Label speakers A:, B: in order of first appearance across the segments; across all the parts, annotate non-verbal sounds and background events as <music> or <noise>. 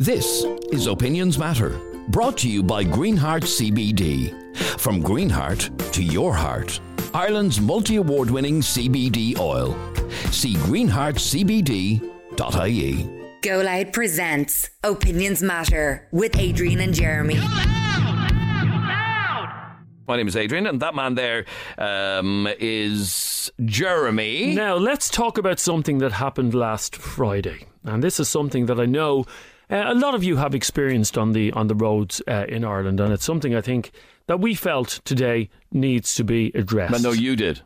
A: This is Opinions Matter, brought to you by Greenheart CBD. From Greenheart to your heart, Ireland's multi award winning CBD oil. See greenheartcbd.ie.
B: Go Loud presents Opinions Matter with Adrian and Jeremy.
A: My name is Adrian, and that man there um, is Jeremy.
C: Now, let's talk about something that happened last Friday. And this is something that I know uh, a lot of you have experienced on the on the roads uh, in Ireland and it's something I think that we felt today needs to be addressed.
A: I know you did.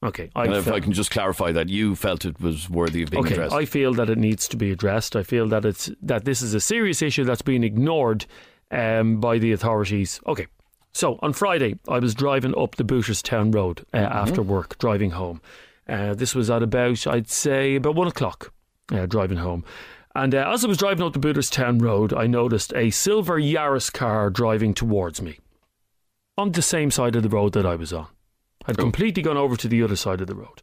C: okay, I
A: And if
C: felt-
A: I can just clarify that, you felt it was worthy of being
C: okay,
A: addressed.
C: I feel that it needs to be addressed. I feel that it's that this is a serious issue that's being ignored um, by the authorities. Okay, so on Friday I was driving up the Booterstown Road uh,
A: Mm-hmm.
C: after work, driving home. Uh, this was at about I'd say about one o'clock, uh, driving home. And uh, as I was driving up the Booterstown Road, I noticed a silver Yaris car driving towards me on the same side of the road that I was on. I'd
A: Oh.
C: completely gone over to the other side of the road.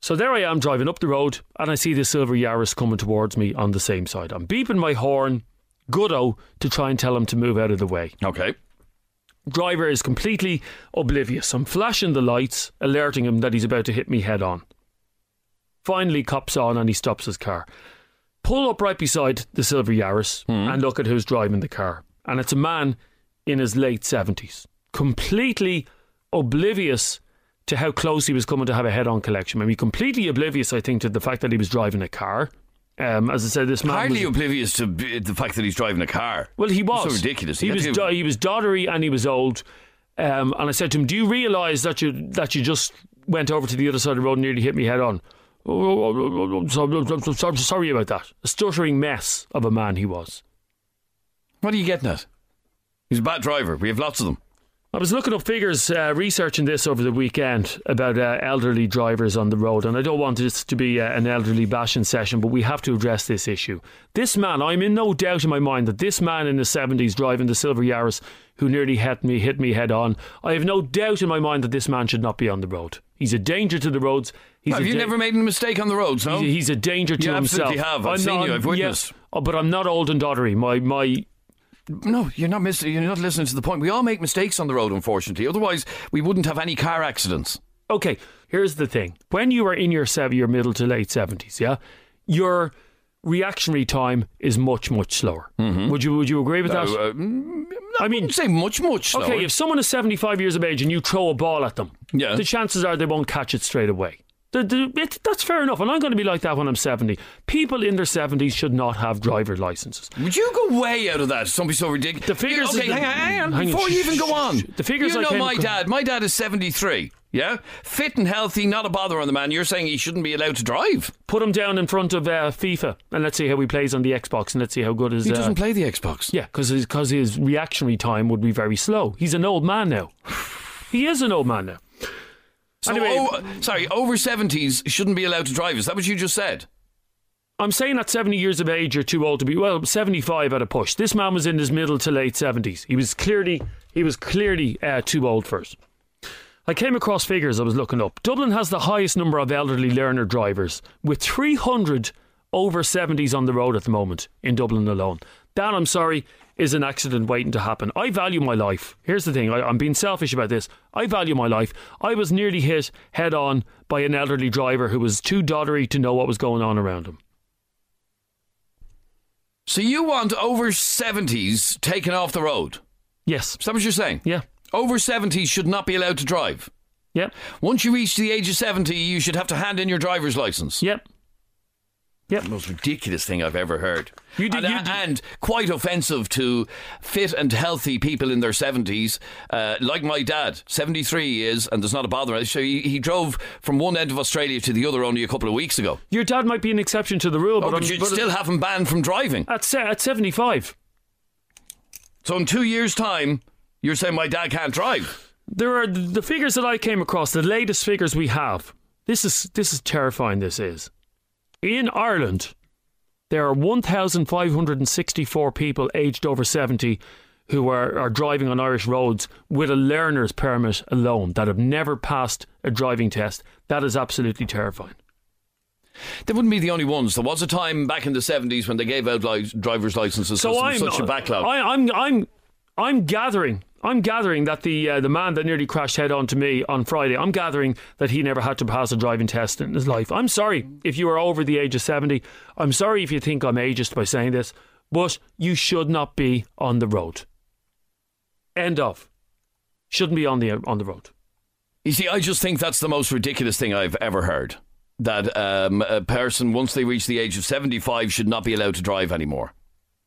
C: So there I am driving up the road, and I see the silver Yaris coming towards me on the same side. I'm beeping my horn, goodo, to try and tell him to move out of the way.
A: okay.
C: Driver is completely oblivious. I'm flashing the lights, alerting him that he's about to hit me head on. Finally, cops on and he stops his car. Pull up right beside the silver Yaris and look at who's driving the car. And it's a man in his late 70s, completely oblivious to how close he was coming to have a head on collection. I mean, completely oblivious, I think, to the fact that he was driving a car. Um, as I said, this man.
A: Hardly
C: was-
A: oblivious to b- the fact that he's driving a car.
C: well, he
A: That's
C: was
A: so ridiculous.
C: He
A: You
C: was
A: had to-
C: do- he was doddery and he was old. Um, and I said to him, "Do you realise that you that you just went over to the other side of the road and nearly hit me head on?" "Oh, I'm so- I'm so- so- Sorry about that. A stuttering mess of a man he was.
A: What are you getting at? He's a bad driver. We have lots of them.
C: I was looking up figures, uh, researching this over the weekend about uh, elderly drivers on the road, and I don't want this to be uh, an elderly bashing session, but we have to address this issue. This man, I'm in no doubt in my mind that this man in his 70s driving the Silver Yaris who nearly hit me, hit me head on, I have no doubt in my mind that this man should not be on the road. He's a danger to the roads. He's
A: Have
C: a
A: you
C: da-
A: never made a mistake on the roads? No.
C: He's, he's a danger to
A: You
C: himself.
A: absolutely have. I've
C: I'm
A: seen
C: not-
A: you. I've
C: yeah,
A: witnessed.
C: oh, but I'm not old and doddery. My my
A: No, you're not missing. You're not listening to the point. We all make mistakes on the road, unfortunately. Otherwise, we wouldn't have any car accidents.
C: okay, here's the thing. When you are in your sev- your middle to late seventies, yeah, your reactionary time is much much slower. Would you would you agree with that?
A: Mm-hmm. Uh, mm,
C: I
A: I
C: mean,
A: wouldn't say much, much. though.
C: okay, if someone is seventy five years of age and you throw a ball at them,
A: Yeah.
C: the chances are they won't catch it straight away. The- the- it- that's fair enough, and I'm going to be like that when I'm seventy. People in their seventies should not have driver licenses.
A: Would you go way out of that? Don't be so ridiculous.
C: The figures
A: Okay,
C: is the-
A: hang on, hang on.
C: hang on,
A: Before
C: shh,
A: you even go
C: shh,
A: on,
C: shh. The figures
A: You
C: I
A: know
C: came
A: my
C: across-
A: dad. My dad is seventy-three. Yeah, fit and healthy, not a bother on the man. You're saying he shouldn't be allowed to drive.
C: Put him down in front of uh, FIFA, and let's see how he plays on the Xbox, and let's see how good his.
A: He
C: uh,
A: doesn't play the Xbox.
C: Yeah, because his, 'cause his reactionary time would be very slow. He's an old man now. <sighs> He is an old man now.
A: So,
C: Anyway-
A: oh, sorry, over seventies shouldn't be allowed to drive. Is that what you just said?
C: I'm saying at 70 years of age, you're too old to be well, 75 at a push. This man was in his middle to late 70s. He was clearly he was clearly uh, too old for it. I came across figures I was looking up. Dublin has the highest number of elderly learner drivers, with 300 over 70s on the road at the moment in Dublin alone. That, I'm sorry, is an accident waiting to happen. I value my life. Here's the thing I, I'm being selfish about this. I value my life. I was nearly hit head on by an elderly driver who was too doddery to know what was going on around him.
A: So you want over seventies taken off the road?
C: Yes.
A: Is that what you're saying?
C: Yeah.
A: Over seventies should not be allowed to drive.
C: Yep.
A: Once you reach the age of 70, you should have to hand in your driver's license.
C: Yep.
A: The most ridiculous thing I've ever heard.
C: You did-
A: and,
C: you did-
A: and quite offensive to fit and healthy people in their 70s, uh, like my dad. 73 he is, and there's not a bother. So he, he drove from one end of Australia to the other only a couple of weeks ago.
C: Your dad might be an exception to the rule,
A: But,
C: but,
A: oh, but
C: I'm-
A: you
C: but
A: still have him banned from driving.
C: at se- at 75,
A: So in two years' time, you're saying my dad can't drive.
C: there are the figures that I came across, the latest figures we have. This is this is terrifying this is. In Ireland, there are 1,564 people aged over 70 who are, are driving on Irish roads with a learner's permit alone that have never passed a driving test. That is absolutely terrifying.
A: They wouldn't be the only ones. There was a time back in the 70s when they gave out li- driver's licenses so there was such a backlog.
C: I, I'm, I'm, I'm gathering. I'm gathering that the uh, the man that nearly crashed head on to me on Friday. I'm gathering that he never had to pass a driving test in his life. I'm sorry if you are over the age of seventy. I'm sorry if you think I'm ageist by saying this, but you should not be on the road. End of. Shouldn't be on the on the road.
A: you see, I just think that's the most ridiculous thing I've ever heard. That um, a person, once they reach the age of 75, should not be allowed to drive anymore.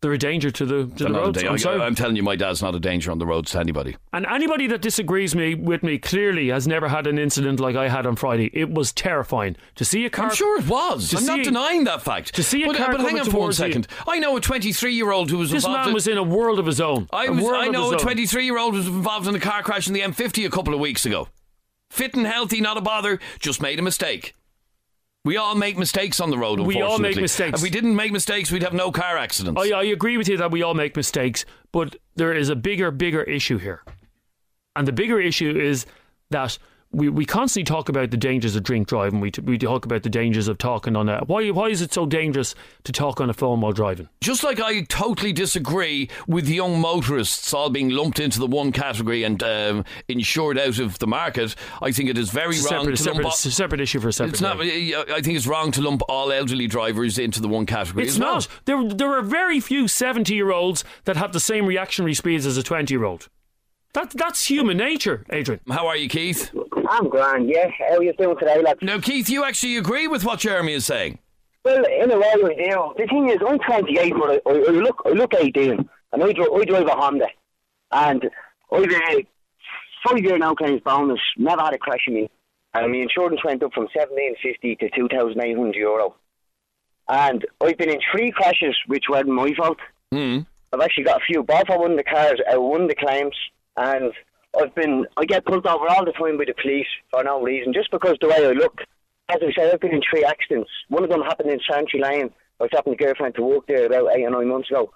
C: They're a danger to the to
A: They're
C: the
A: not a
C: roads.
A: da-
C: I'm sorry.
A: I, I'm telling you, my dad's not a danger on the roads to anybody.
C: And anybody that disagrees me with me clearly has never had an incident like I had on Friday. It was terrifying to see a car.
A: I'm sure it was.
C: To
A: I'm not
C: see-
A: denying that fact.
C: to see a
A: but, uh,
C: car
A: but hang
C: coming
A: on for one
C: towards you-
A: second. I know a 23 year old who was
C: This
A: involved
C: man
A: in-
C: was in a world of his own.
A: I
C: A
A: was.
C: world
A: I
C: of
A: know
C: his
A: a
C: own.
A: 23 year old was involved in a car crash in the M50 a couple of weeks ago. Fit and healthy, not a bother. Just made a mistake. We all make mistakes on the road.
C: We all make
A: unfortunately.
C: mistakes.
A: If we didn't make mistakes, we'd have no car accidents.
C: I, I agree with you that we all make mistakes, but there is a bigger, bigger issue here. And the bigger issue is that we, we constantly talk about the dangers of drink driving. We, t- we talk about the dangers of talking on a. Why, why is it so dangerous to talk on a phone while driving?
A: Just like I totally disagree with young motorists all being lumped into the one category and um, insured out of the market, I think it is very
C: It's a
A: wrong
C: separate,
A: to
C: separate,
A: lump. all-
C: it's a separate issue for a separate
A: It's not.
C: day.
A: I think it's wrong to lump all elderly drivers into the one category.
C: It's
A: as well.
C: not. There, there are very few 70 year olds that have the same reactionary speeds as a 20 year old. That, that's human nature, Adrian.
A: How are you, Keith?
D: I'm grand, yeah. How are you doing today, lads?
A: Now, Keith, you actually agree with what Jeremy is saying.
D: Well, in a way, I do. The thing is, I'm 28, but I, I, I look I look 18, and I, dri- I drive a Honda. And I've a five-year no-claims bonus, never had a crash in me. And my insurance went up from 1750 to 2,800 euro. And I've been in three crashes, which weren't my fault.
A: Mm.
D: I've actually got a few both. I won the cars, I won the claims, and I've been I get pulled over all the time by the police for no reason, just because the way I look. As I said, I've been in three accidents. One of them happened in Santry Lane. I was helping a girlfriend to walk there about eight or nine months ago.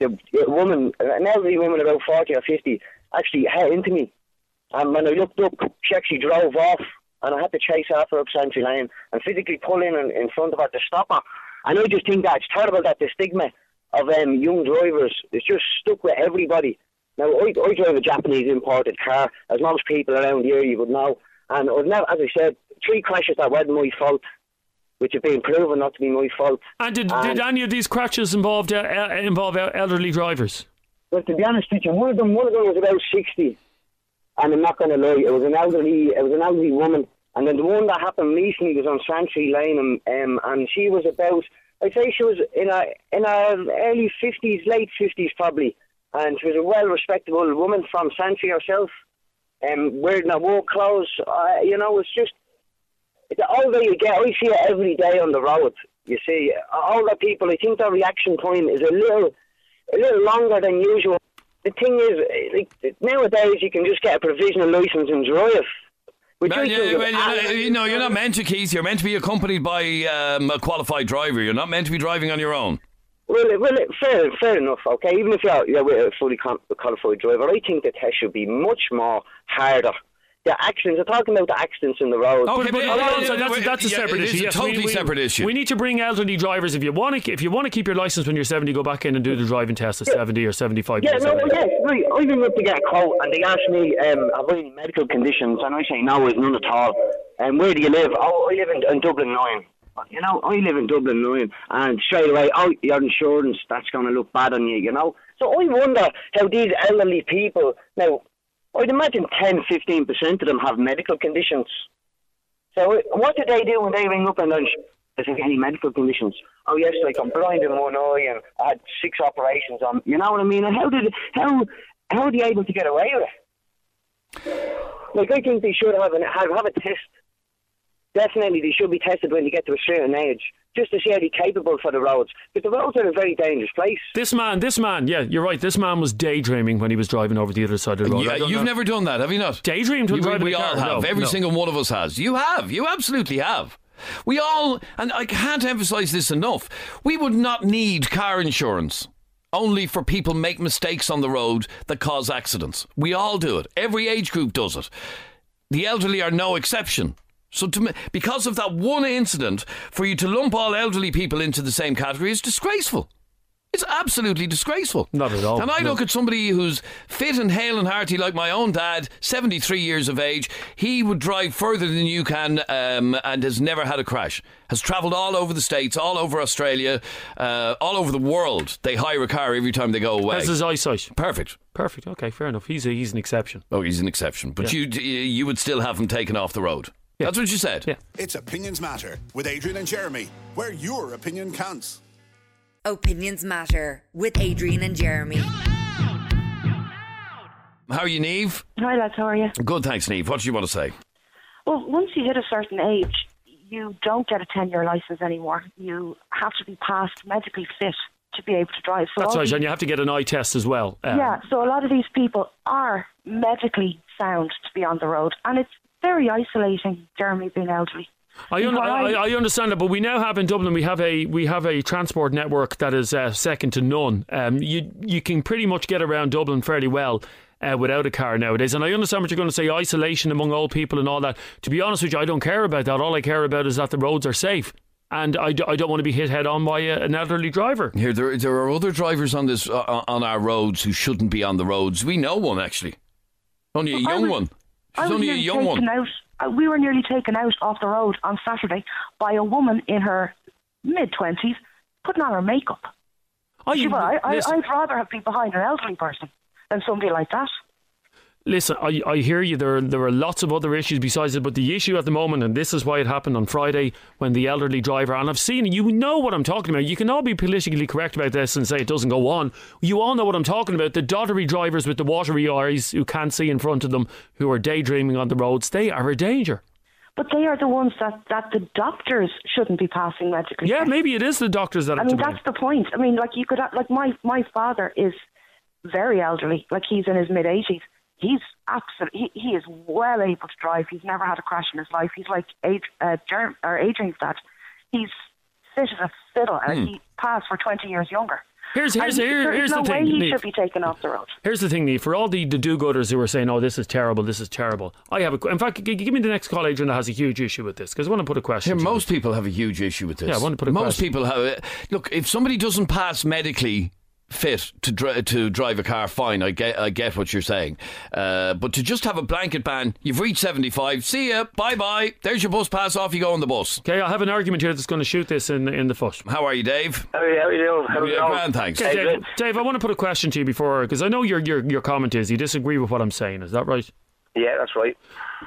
D: The the woman, an elderly woman about forty or fifty, actually hit into me. Um, And when I looked up, she actually drove off, and I had to chase after up Santry Lane and physically pull in in, in front of her to stop her. And I just think that's terrible that the stigma of um, young drivers is just stuck with everybody. Now, I, I drive a Japanese imported car, as most people around here you would know. And I've never, as I said, three crashes that weren't my fault, which have been proven not to be my fault.
C: And did, did
D: And-
C: any of these crashes involved, uh, el- involve el- elderly drivers?
D: Well, to be honest with you, one of them, one of them was about sixty, and I'm not going to lie, it was an elderly, it was an elderly woman, and then the one that happened recently was on Santry Lane, and um, and she was about, I'd say she was in her in her early fifties, late fifties probably, and she was a well respectable woman from Santry herself, um, wearing her war clothes, uh, you know, it's just the older you get, I see it every day on the road. You see, older people, I think their reaction time is a little, a little longer than usual. The thing is, like, nowadays you can just get a provisional license and drive. Which
A: Well,
D: I
A: yeah,
D: think is
A: well, you're not,
D: absolute-
A: you know, you're not meant to, Keith. You're meant to be accompanied by um, a qualified driver. You're not meant to be driving on your own.
D: Well, it- well, it- fair, fair enough. Okay, even if you're, you're with a fully com- qualified driver, I think the test should be much more harder. The accidents, I'm talking about the accidents in the road.
A: Okay, but-
C: Hold on,
A: yeah,
C: so that's,
A: yeah,
C: that's a
A: yeah,
C: separate
A: it is
C: issue.
A: a
C: yes.
A: totally separate issue.
C: We need to bring elderly drivers if you want to. If you want to keep your license when you're 70, go back in and do the driving test at 70 or 75
D: Yeah,
C: years
D: no,
C: old.
D: yeah, right. I even went to get a quote, and they asked me, um, "Have I any medical conditions?" And I say, "No, I've none at all." And where do you live? Oh, I live in, in Dublin Nine. You know, I live in Dublin Nine, and straight away, oh, your insurance—that's going to look bad on you, you know. So I wonder how these elderly people now. I'd imagine 10, 15 percent of them have medical conditions. So what do they do when they ring up and lunch? Is there any medical conditions? Oh yes, like I'm blind in one eye and I had six operations on. You know what I mean? And how did how how are they able to get away with it? Like I think they should have an have, have a test. Definitely, they should be tested when they get to a certain age, just to see are they capable for the roads. Because the roads are a very dangerous place.
C: This man, this man, yeah, you're right. This man was daydreaming when he was driving over the other side of the road.
A: Yeah,
C: I don't
A: you've
C: know.
A: never done that, have you not?
C: daydreamed when
A: You- we
C: driving a
A: all
C: car.
A: have.
C: No,
A: Every
C: no.
A: single one of us has. You have. You absolutely have. We all, and I can't emphasize this enough, we would not need car insurance only for people make mistakes on the road that cause accidents. We all do it. Every age group does it. The elderly are no exception. So, to, me- because of that one incident, for you to lump all elderly people into the same category is disgraceful. It's absolutely disgraceful.
C: Not at all,
A: And I
C: no.
A: look at somebody who's fit and hale and hearty, like my own dad, 73 years of age. He would drive further than you can um, and has never had a crash. Has travelled all over the States, all over Australia, uh, all over the world. They hire a car every time they go away.
C: That's his eyesight.
A: Perfect.
C: Perfect. Okay, fair enough. He's a, he's an exception.
A: Oh, he's an exception. But you you would still have him taken off the road.
C: Yeah.
A: That's what you said.
C: Yeah.
E: It's Opinions Matter with Adrian and Jeremy, where your opinion counts.
B: Opinions Matter with Adrian and Jeremy.
A: How are you, Neve?
F: Hi, lads. How are you?
A: Good, thanks, Neve. What do you want to say?
F: Well, once you hit a certain age, you don't get a 10 year license anymore. You have to be past medically fit to be able to drive. So
C: That's
F: all
C: right,
F: these-
C: and you have to get an eye test as well. Um,
F: Yeah, so a lot of these people are medically sound to be on the road, and it's very isolating, Jeremy being elderly.
C: I, un-
F: Well,
C: I,
F: I-
C: I understand that, but we now have in Dublin we have a we have a transport network that is uh, second to none. Um, you you can pretty much get around Dublin fairly well. Uh, without a car nowadays, and I understand what you're going to say isolation among old people and all that. To be honest with you, I don't care about that. All I care about is that the roads are safe, and I, d- I don't want to be hit head on by a, an elderly driver.
A: Here, there, there are other drivers on this uh, on our roads who shouldn't be on the roads. We know one actually, only a
F: I
A: young
F: was-
A: one.
F: I
A: She's
F: was
A: only a
F: nearly
A: young one.
F: taken Out, uh, we were nearly taken out off the road on Saturday by a woman in her mid 20s putting on her makeup.
C: I,
F: Sure, I, I,
C: listen-
F: I'd rather have been behind an elderly person than somebody like that.
C: Listen, I, I hear you. There are, there are lots of other issues besides it, but the issue at the moment, and this is why it happened on Friday when the elderly driver, and I've seen it, you know what I'm talking about. You can all be politically correct about this and say it doesn't go on. You all know what I'm talking about. The doddery drivers with the watery eyes who can't see in front of them, who are daydreaming on the roads, they are a danger.
F: But they are the ones that, that the doctors shouldn't be passing medically.
C: Yeah,
F: fit.
C: maybe it is the doctors that are
F: I mean
C: to blame.
F: that's the point. I mean, like you could like my my father is very elderly. Like he's in his mid eighties. He's absolutely he, he is well able to drive. He's never had a crash in his life. He's like Ad, uh, Germ, or Adrian's dad. He's fit as a fiddle, and he passed for twenty years younger.
C: Hmm. Here's- here's-
F: And
C: here-
F: there's
C: here's the
F: no
C: thing,
F: way he
C: Niamh.
F: should be taken off the road.
C: Here's the thing, Niamh, for all the, the do-gooders who are saying, oh, this is terrible, this is terrible, I have a... qu- In fact, g- give me the next call, Adrian, that has a huge issue with this, because I want to put a question
A: Here,
C: to you.
A: most people have a huge issue with this.
C: Yeah, I want to put a
A: most
C: question.
A: people have. it. Look, if somebody doesn't pass medically fit to dri- to drive a car, fine. I get I get what you're saying, uh, but to just have a blanket ban, you've reached 75. See ya. Bye bye. There's your bus pass. Off you go on the bus.
C: Okay, I have an argument here that's going to shoot this in in the foot.
A: How are you, Dave?
D: How are you doing? How
A: Yeah, grand, thanks.
C: Okay,
D: Adrian.
C: Dave, Dave, I want to put a question to you before, because I know your, your your comment is you disagree with what I'm saying. Is that right?
D: Yeah, that's right.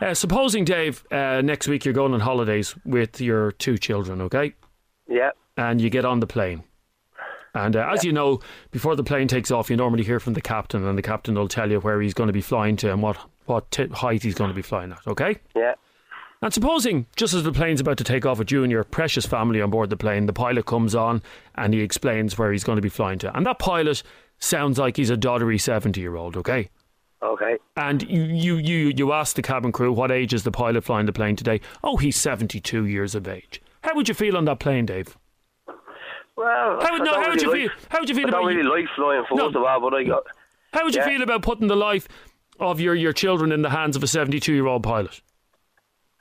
C: Uh, supposing Dave, uh, next week you're going on holidays with your two children, okay,
D: Yeah.
C: and you get on the plane. And uh, as you know, before the plane takes off, you normally hear from the captain, and the captain will tell you where he's going to be flying to and what what t- height he's going to be flying at. Okay.
D: Yeah.
C: And supposing, just as the plane's about to take off with you and your precious family on board the plane, the pilot comes on and he explains where he's going to be flying to. And that pilot sounds like he's a doddery 70 year old, okay?
D: Okay.
C: And you, you, you, you ask the cabin crew, what age is the pilot flying the plane today? Oh, he's 72 years of age. How would you feel on that plane, Dave?
D: Well,
C: How would-
D: I
C: no,
D: don't
C: how would
D: really
C: you
D: like-
C: feel- how would you feel
D: I
C: about
D: don't
C: you-
D: really like flying for
C: No.
D: no. all, but I got.
C: How would you
D: Yeah.
C: feel about putting the life of your, your children in the hands of a 72 year old pilot?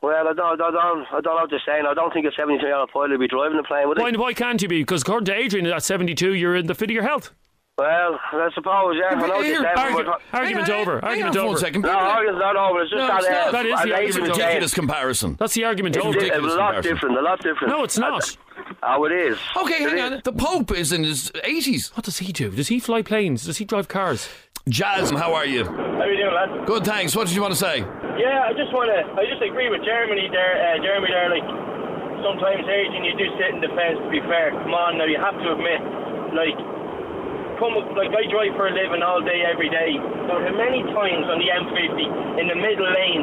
D: Well, I don't, I don't, I don't know what you're saying. I don't think a 72 year old pilot would be driving the plane, would he?
C: Why, why can't you be? Because according to Adrian, at 72, you're in the fit of your health.
D: Well, I suppose, yeah. I know what you're saying.
A: Argu-
D: but-
C: argument
A: hang on,
C: over,
A: hang on
C: argument
A: for
C: over.
A: One second.
F: Oh,
D: No, argument's not over. It's just
A: No,
D: that,
A: it's not.
D: uh,
C: That is the
D: I
A: It's a
C: argument.
D: like
A: ridiculous comparison.
C: That's the argument
D: It's
C: over.
A: ridiculous.
D: a lot
A: comparison.
D: different. A lot different.
C: No, it's
D: I-
C: not.
D: Oh, it is.
A: Okay,
D: It
A: hang
D: is.
A: on. The Pope is in his 80s.
C: What does he do? Does he fly planes? Does he drive cars?
A: Jasmine, how are you?
G: How you doing, lads?
A: Good, thanks. What did you want to say?
G: Yeah, I just want to. I just agree with Germany there. Uh, Jeremy there, like sometimes Adrian, you do sit in the fence. To be fair, come on now, you have to admit, like, come like I drive for a living all day, every day. Now, how many times on the M50 in the middle lane,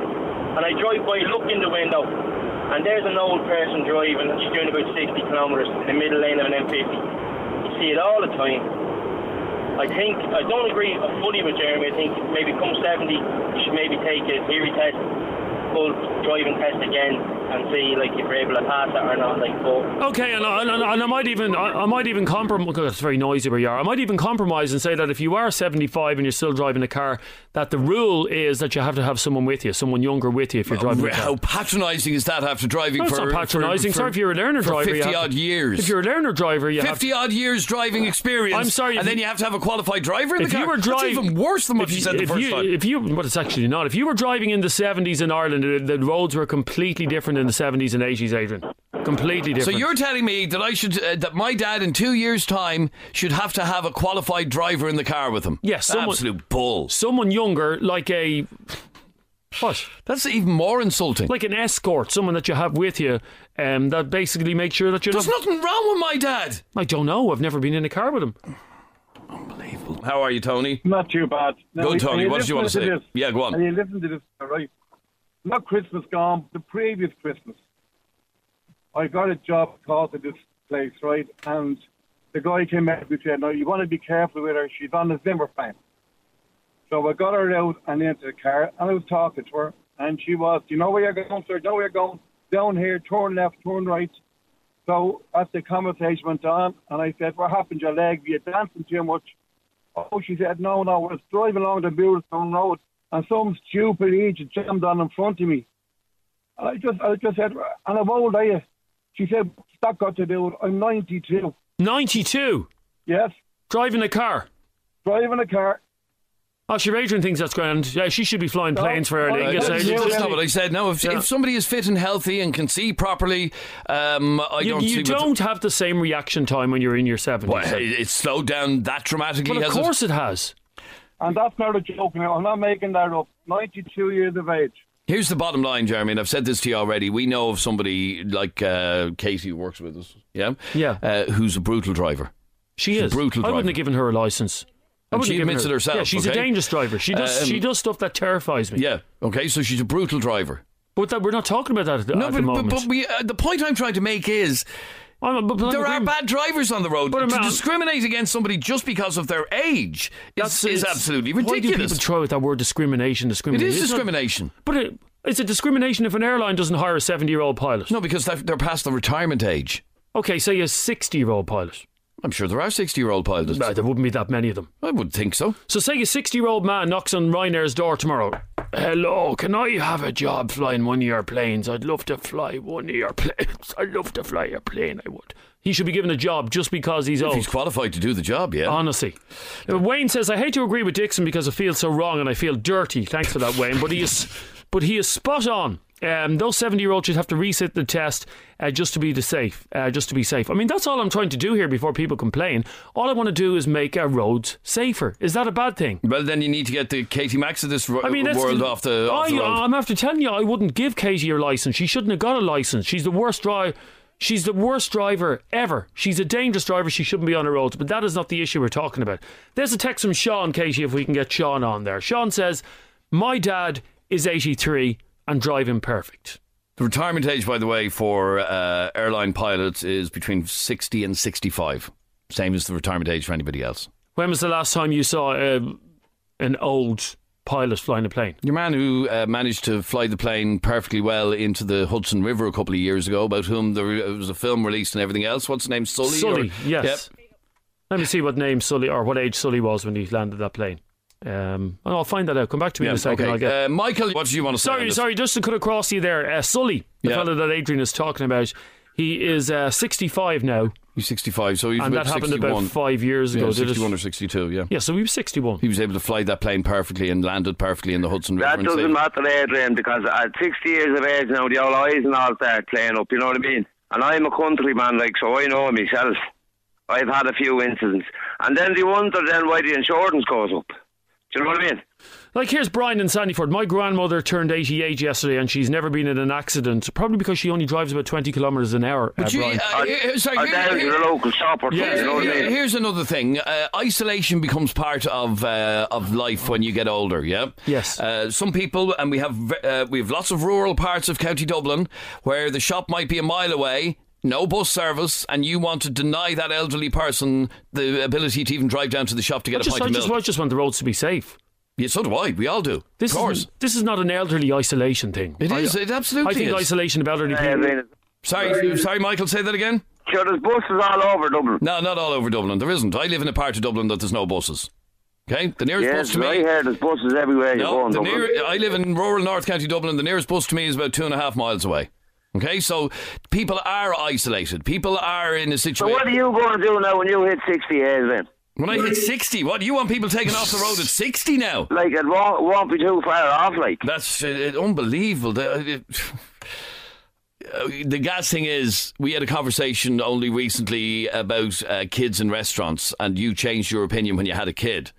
G: and I drive by, look in the window, and there's an old person driving, and she's doing about 60 kilometres in the middle lane of an M50. You see it all the time. I think I don't agree fully with Jeremy. I think maybe come 70, you should maybe take a theory test, full driving test again, and see like if you're able to pass it or not. Like, but
C: Okay, and I, and, I- and I might even I, I might even compromise. It's very noisy where you are. I might even compromise and say that if you are seventy five and you're still driving a car, that the rule is that you have to have someone with you, someone younger with you, if you're driving. a car.
A: How patronising is that after driving
C: That's
A: for
C: not patronising,
A: for-
C: sir.
A: for-
C: If you're a learner
A: for
C: driver, you
A: fifty
C: have
A: odd
C: to-
A: years,
C: If you're a learner driver, you have to.
A: 50 odd years driving experience.
C: I'm sorry,
A: And
C: if
A: then
C: you-
A: you have to have a qualified driver in
C: if
A: the car.
C: you were
A: That's
C: driving,
A: even worse than what
C: if
A: you said the
C: if
A: first
C: you,
A: time.
C: If you, but it's actually not. If you were driving in the seventies in Ireland, the, the roads were completely different in the seventies and eighties, Adrian. Completely
A: so
C: different.
A: you're telling me that I should, uh, that my dad in two years' time should have to have a qualified driver in the car with him?
C: Yes, someone-
A: absolute bull.
C: someone younger, like a what?
A: That's even more insulting.
C: Like an escort, someone that you have with you, um, that basically makes sure that you're
A: There's
C: not.
A: nothing wrong with my dad.
C: I don't know. I've never been in a car with him.
A: How are you, Tony?
H: Not too bad. Now,
A: Go on,
H: if-
A: Tony,
H: if
A: what did you want to
H: listen
A: say?
H: this-
A: Yeah, go on.
H: And you listen to this, all right? Not Christmas gone, the previous Christmas. I got a job called at this place, right? And the guy came out and said, "Now you want to be careful with her. She's on the Zimmer fan." So I got her out and into the car, and I was talking to her, and she was, "Do you know where you're going, sir? Do you know where you're going? Down here, turn left, turn right." So as the conversation went on, and I said, "What happened to your leg? Were you dancing too much?" Oh, she said, no, no, we're driving along the Beardstone Road and some stupid idiot jammed on in front of me. And I just, I just said, and I'm old, are you? She said, what's that got to do with it? I'm 92.
C: Ninety-two,
H: Yes,
C: driving a car.
H: driving a car.
C: Oh, sure, Adrian thinks that's grand. Yeah, she should be flying planes for her.
H: I-
C: Lingus, eh?
H: I-
A: That's
C: Adrian.
H: yeah.
A: not what I said. No, if, if somebody is fit and healthy and can see properly, um, I
C: You,
A: don't
C: you
A: see what's-
C: don't have the same reaction time when you're in your 70s.
A: Well, it- it's slowed down that dramatically,
C: but of
A: has
C: course it has.
H: And that's not a joke now. I'm not making that up. 92 years of age.
A: it? Here's the bottom line, Jeremy, and I've said this to you already. We know of somebody like uh, Katie who works with us, yeah?
C: Yeah.
A: Uh, who's a brutal driver.
C: She
A: She's a
C: is.
A: brutal
C: I wouldn't
A: driver.
C: have given her a license. I
A: And
C: wouldn't
A: she
C: have given
A: admits
C: her.
A: it herself,
C: Yeah, she's
A: okay?
C: a dangerous driver. She does.
A: Um,
C: she does stuff that terrifies me.
A: Yeah. Okay, so she's a brutal driver.
C: But that, we're not talking about that at, the- at
A: but,
C: the
A: but,
C: moment.
A: but we, uh, the point I'm trying to make is
C: I'm- but- but I'm
A: there are
C: agreeing-
A: bad drivers on the road.
C: But,
A: to
C: man-
A: discriminate against somebody just because of their age is,
C: That's-
A: is
C: it's-
A: absolutely
C: Why do people
A: ridiculous.
C: try with that word discrimination?
A: It
C: Discrimination.
A: is
C: It's not-
A: discrimination.
C: but it, it's a discrimination if an airline doesn't hire a seventy-year-old pilot.
A: No, because they're they're past the retirement age.
C: Okay, say a sixty-year-old pilot.
A: I'm sure there are 60 year old pilots.
C: Nah, there wouldn't be that many of them.
A: I would think so.
C: So say a 60-year-old man knocks on Ryanair's door tomorrow. Hello, can I have a job flying one of your planes? I'd love to fly one of your <laughs> planes. I'd love to fly your plane, I would. He should be given a job just because he's
A: If
C: old.
A: he's qualified to do the job, yeah.
C: Honestly. Uh, Wayne says, I hate to agree with Dixon because I feel so wrong and I feel dirty. Thanks for that, Wayne. But he is, but he is spot on. Um, those 70 year olds should have to resit the test uh, just to be the safe. Uh, just to be safe. I mean, that's all I'm trying to do here before people complain. All I want to do is make our roads safer. Is that a bad thing?
A: well, then you need to get the Katie Max of this ro-
C: I mean, that's
A: world off the, off
C: I, um,
A: the road.
C: I'm after telling you, I wouldn't give Katie her license. She shouldn't have got a license. She's the worst driver. She's the worst driver ever. She's a dangerous driver. She shouldn't be on her roads. But that is not the issue we're talking about. There's a text from Sean, Katie, if we can get Sean on there. Sean says, "My dad is 83 and driving perfect."
A: the retirement age, by the way, for uh, airline pilots is between 60 and 65. Same as the retirement age for anybody else.
C: When was the last time you saw um, an old pilot flying a plane?
A: Your man who uh, managed to fly the plane perfectly well into the Hudson River a couple of years ago, about whom there was a film released and everything else. What's his name? Sully?
C: Sully,
A: or-
C: yes. Let me see what name Sully or what age Sully was when he landed that plane. Um, and I'll find that out. Come back to me
A: Yep.
C: in a
A: Yeah,
C: second. I'll get.
A: okay. Uh, Michael, what do you want to say? on
C: sorry,
A: this?
C: sorry, just to cut across you there. Uh, Sully, the
A: Yeah.
C: fellow that Adrian is talking about, he is uh, 65 now,
A: He's 65, so he's
C: and
A: about
C: that happened
A: 61.
C: about five years ago.
A: yeah,
C: did it?
A: 61 or 62, yeah.
C: yeah, so he was 61.
A: He was able to fly that plane perfectly and landed perfectly in the Hudson River.
D: That
A: and
D: doesn't
A: saved-
D: matter, Adrian, because at 60 years of age now, the old eyes and all start playing up, you know what I mean? And I'm a countryman, like, so I know myself. I've had a few incidents. And then the wonder then why the insurance goes up. Do you know what I mean?
C: Like, here's Brian in Sandyford. My grandmother turned 88 yesterday, and she's never been in an accident, probably because she only drives about 20 kilometres an hour. uh,
A: But you,
C: Brian.
A: uh, here- sorry,
D: Or
A: here-
D: down to
A: here-
D: the local shop or
C: Yeah,
D: something, you know what I
A: here-
D: mean?
A: here's another thing. Uh, isolation becomes part of uh, of life when you get older. Yeah.
C: Yes.
A: Uh, some people, and we have ve- uh, we have lots of rural parts of County Dublin where the shop might be a mile away, no bus service, and you want to deny that elderly person the ability to even drive down to the shop to get a
C: just,
A: pint
C: I,
A: of
C: just,
A: milk.
C: I just want the roads to be safe.
A: Yeah, so do I. We all do.
C: This
A: of course.
C: is this is not an elderly isolation thing.
A: It
C: I-
A: is, it absolutely
C: I think
A: is.
C: isolation of elderly
D: I
C: people.
D: mean,
A: sorry, sorry, Michael, say that again.
D: sure, there's buses all over Dublin.
A: No, not all over Dublin. There isn't. I live in a part of Dublin that there's no buses. Okay, the nearest bus
D: Yes,
A: to me.
D: I heard there's buses everywhere you go
A: No,
D: in
A: the
D: Dublin.
A: near, I live in rural North County Dublin. The nearest bus to me is about two and a half miles away. Okay, so people are isolated. People are in a
D: so
A: situation.
D: what are you going to do now when you hit 60 years then?
A: when I hit sixty, what do you want people taking off the road at sixty now?
D: Like, it won't, it won't be too far off, like.
A: That's uh, unbelievable. The, uh, the gas thing is, we had a conversation only recently about uh, kids in restaurants, and you changed your opinion when you had a kid.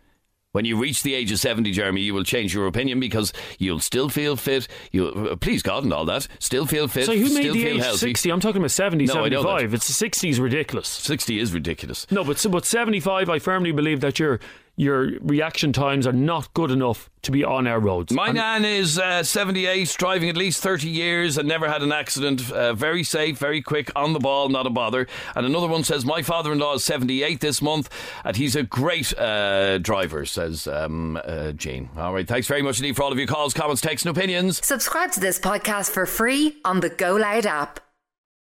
A: When you reach the age of 70, Jeremy, you will change your opinion because you'll still feel fit. You'll, uh, please God and all that, still feel fit,
C: So who made
A: still
C: the
A: feel
C: age
A: healthy.
C: 60? I'm talking about 70,
A: No, I know that.
C: 75. It's the 60s ridiculous.
A: 60 is ridiculous.
C: No, but but 75, I firmly believe that your your reaction times are not good enough to be on our roads.
A: My nan is uh, 78, driving at least 30 years and never had an accident. Uh, very safe, very quick, on the ball, not a bother. And another one says, My father in law is 78 this month and he's a great uh, driver, says um, uh, Jane. All right, thanks very much indeed for all of your calls, comments, texts, and opinions.
B: Subscribe to this podcast for free on the Go Loud app.